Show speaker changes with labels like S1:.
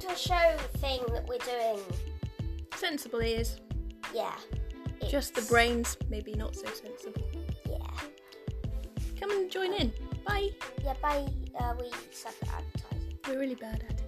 S1: to a show thing that we're doing.
S2: Sensible ears.
S1: Yeah.
S2: Just the
S1: it's-
S2: brains, maybe not so sensible.
S1: Yeah.
S2: Come and join in. Bye.
S1: Yeah, by uh, we suck at advertising.
S2: We're really bad at it.